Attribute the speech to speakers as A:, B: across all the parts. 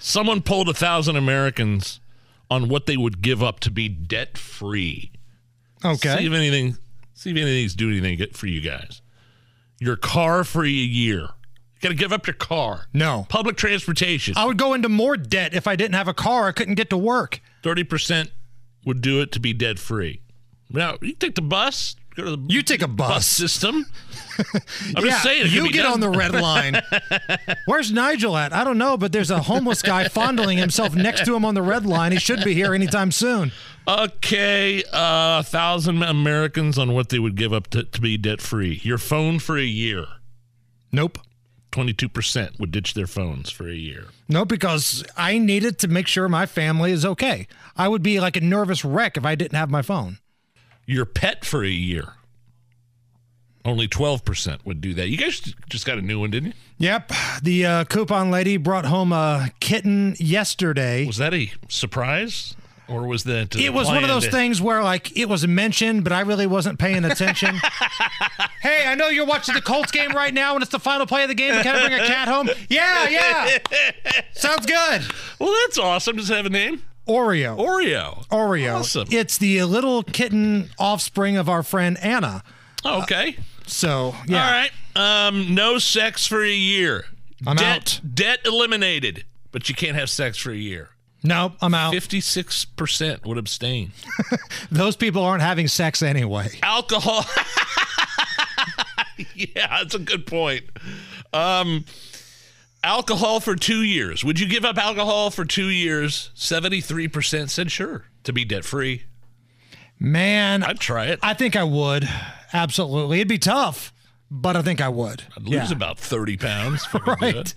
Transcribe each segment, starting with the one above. A: someone polled a thousand Americans on what they would give up to be debt free.
B: Okay.
A: See if anything. See if anything's do anything good for you guys. Your car for a year. You got to give up your car.
B: No.
A: Public transportation.
B: I would go into more debt if I didn't have a car. I couldn't get to work.
A: Thirty percent would do it to be debt free. Now you take the bus. Go to the
B: You take a
A: bus
B: bus.
A: system. I'm
B: yeah,
A: just saying. it could
B: you
A: be
B: get
A: done.
B: on the red line. Where's Nigel at? I don't know, but there's a homeless guy fondling himself next to him on the red line. He should be here anytime soon.
A: Okay, a thousand Americans on what they would give up to, to be debt free. Your phone for a year.
B: Nope.
A: Twenty-two percent would ditch their phones for a year.
B: Nope, because I needed to make sure my family is okay. I would be like a nervous wreck if I didn't have my phone.
A: Your pet for a year. Only twelve percent would do that. You guys just got a new one, didn't you?
B: Yep. The uh, coupon lady brought home a kitten yesterday.
A: Was that a surprise, or was that uh,
B: It was one of those
A: planned?
B: things where like it was mentioned, but I really wasn't paying attention. hey, I know you're watching the Colts game right now, and it's the final play of the game. Can I bring a cat home? Yeah, yeah. Sounds good.
A: Well, that's awesome. Does it have a name?
B: Oreo.
A: Oreo.
B: Oreo.
A: Awesome.
B: It's the little kitten offspring of our friend Anna.
A: Oh, okay.
B: So yeah.
A: All right. Um, no sex for a year.
B: I'm
A: debt,
B: out.
A: Debt eliminated, but you can't have sex for a year.
B: Nope, I'm out.
A: Fifty-six percent would abstain.
B: Those people aren't having sex anyway.
A: Alcohol. yeah, that's a good point. Um, alcohol for two years. Would you give up alcohol for two years? Seventy-three percent said sure to be debt-free.
B: Man,
A: I'd try it.
B: I think I would. Absolutely. It'd be tough, but I think I would.
A: I'd lose
B: Yeah.
A: about thirty pounds. if I could do
B: Right.
A: it.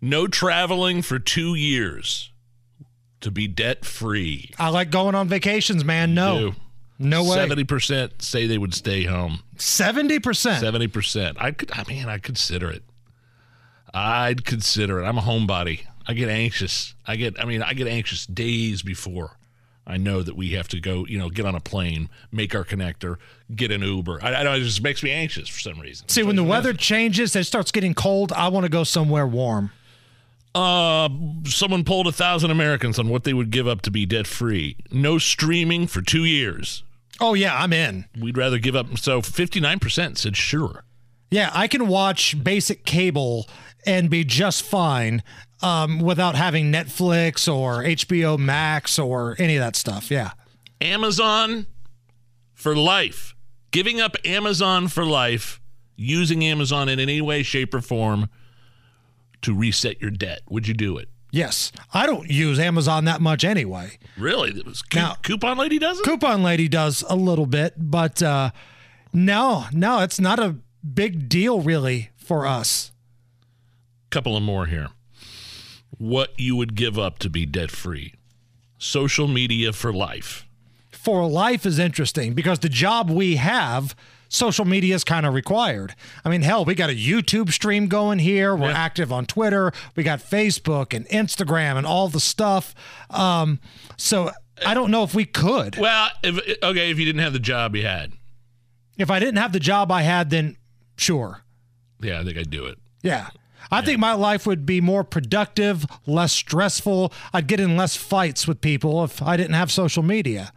A: No traveling for two years to be debt-free.
B: I like going on vacations, man. No.
A: Do.
B: No way.
A: Seventy percent say they would stay home.
B: 70%.
A: Seventy percent. I could. I mean, I consider it. I'd consider it. I'm a homebody. I get anxious. I get. I mean, I get anxious days before I know that we have to go. You know, get on a plane, make our connector, get an Uber. I, I know it just makes me anxious for some reason.
B: See, when the weather changes, it starts getting cold. I want to go somewhere warm.
A: Uh, someone polled a thousand Americans on what they would give up to be debt free. No streaming for two years.
B: Oh, yeah, I'm in.
A: We'd rather give up. So fifty nine percent said sure.
B: Yeah, I can watch basic cable and be just fine um, without having Netflix or HBO Max or any of that stuff. Yeah.
A: Amazon for life. Giving up Amazon for life, using Amazon in any way, shape, or form to reset your debt. Would you do it?
B: Yes. I don't use Amazon that much anyway.
A: Really? That was
B: Now-
A: coupon lady does it?
B: coupon lady does a little bit, but uh, no, no, it's not a big deal really for us.
A: Couple of more here. What you would give up to be debt free. Social media for life.
B: For life is interesting because the job we have, social media is kind of required. I mean, hell, we got a YouTube stream going here. We're active on Twitter. We got Facebook and Instagram and all the stuff. Um, so I don't know if we could.
A: Well, if, okay, if you didn't have the job you had,
B: If I didn't have the job I had, then sure.
A: yeah, I think I'd do it.
B: Yeah. I think my life would be more productive, less stressful. I'd get in less fights with people if I didn't have social media.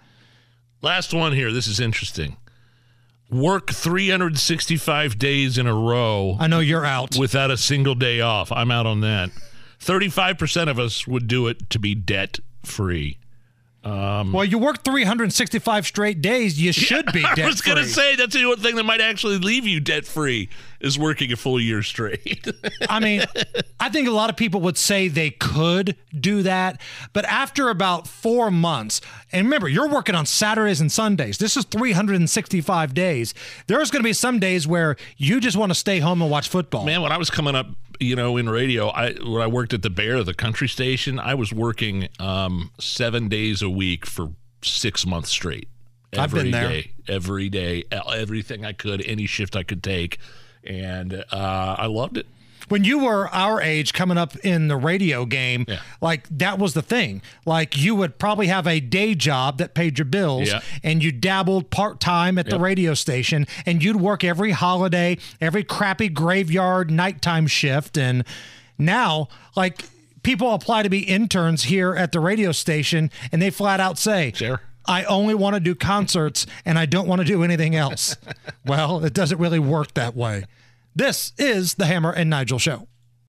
A: Last one here. This is interesting. Work 365 days in a row.
B: I know you're out.
A: without a single day off. I'm out on that. 35% of us would do it to be debt free.
B: well, you work 365 straight days. You should be debt
A: Mm-hmm. I was going to
B: free.
A: say that's the one thing that might actually leave you debt free is working a full year straight.
B: I mean, I think a lot of people would say they could do that, but after about four months, and remember, you're working on Saturdays and Sundays. This is 365 days. There's going to be some days where you just want to stay home and watch football.
A: Man, when I was coming up, you know, in radio, I when I worked at the Bear, the country station, I was working um, seven days a week for six months straight.
B: I've been
A: Every
B: there.
A: day, every day, e- everything I could, any shift I could take, and uh, I loved it.
B: when you were our age coming up in the radio game
A: Yeah.
B: like that was the thing like you would probably have a day job that paid your bills
A: Yeah.
B: and you dabbled part-time at the radio station and you'd work every holiday every crappy graveyard nighttime shift and now like people apply to be interns here at the radio station and they flat out say,
A: Sure.
B: I only want to do concerts and I don't want to do anything else. well, it doesn't really work that way. This is the Hammer and Nigel Show.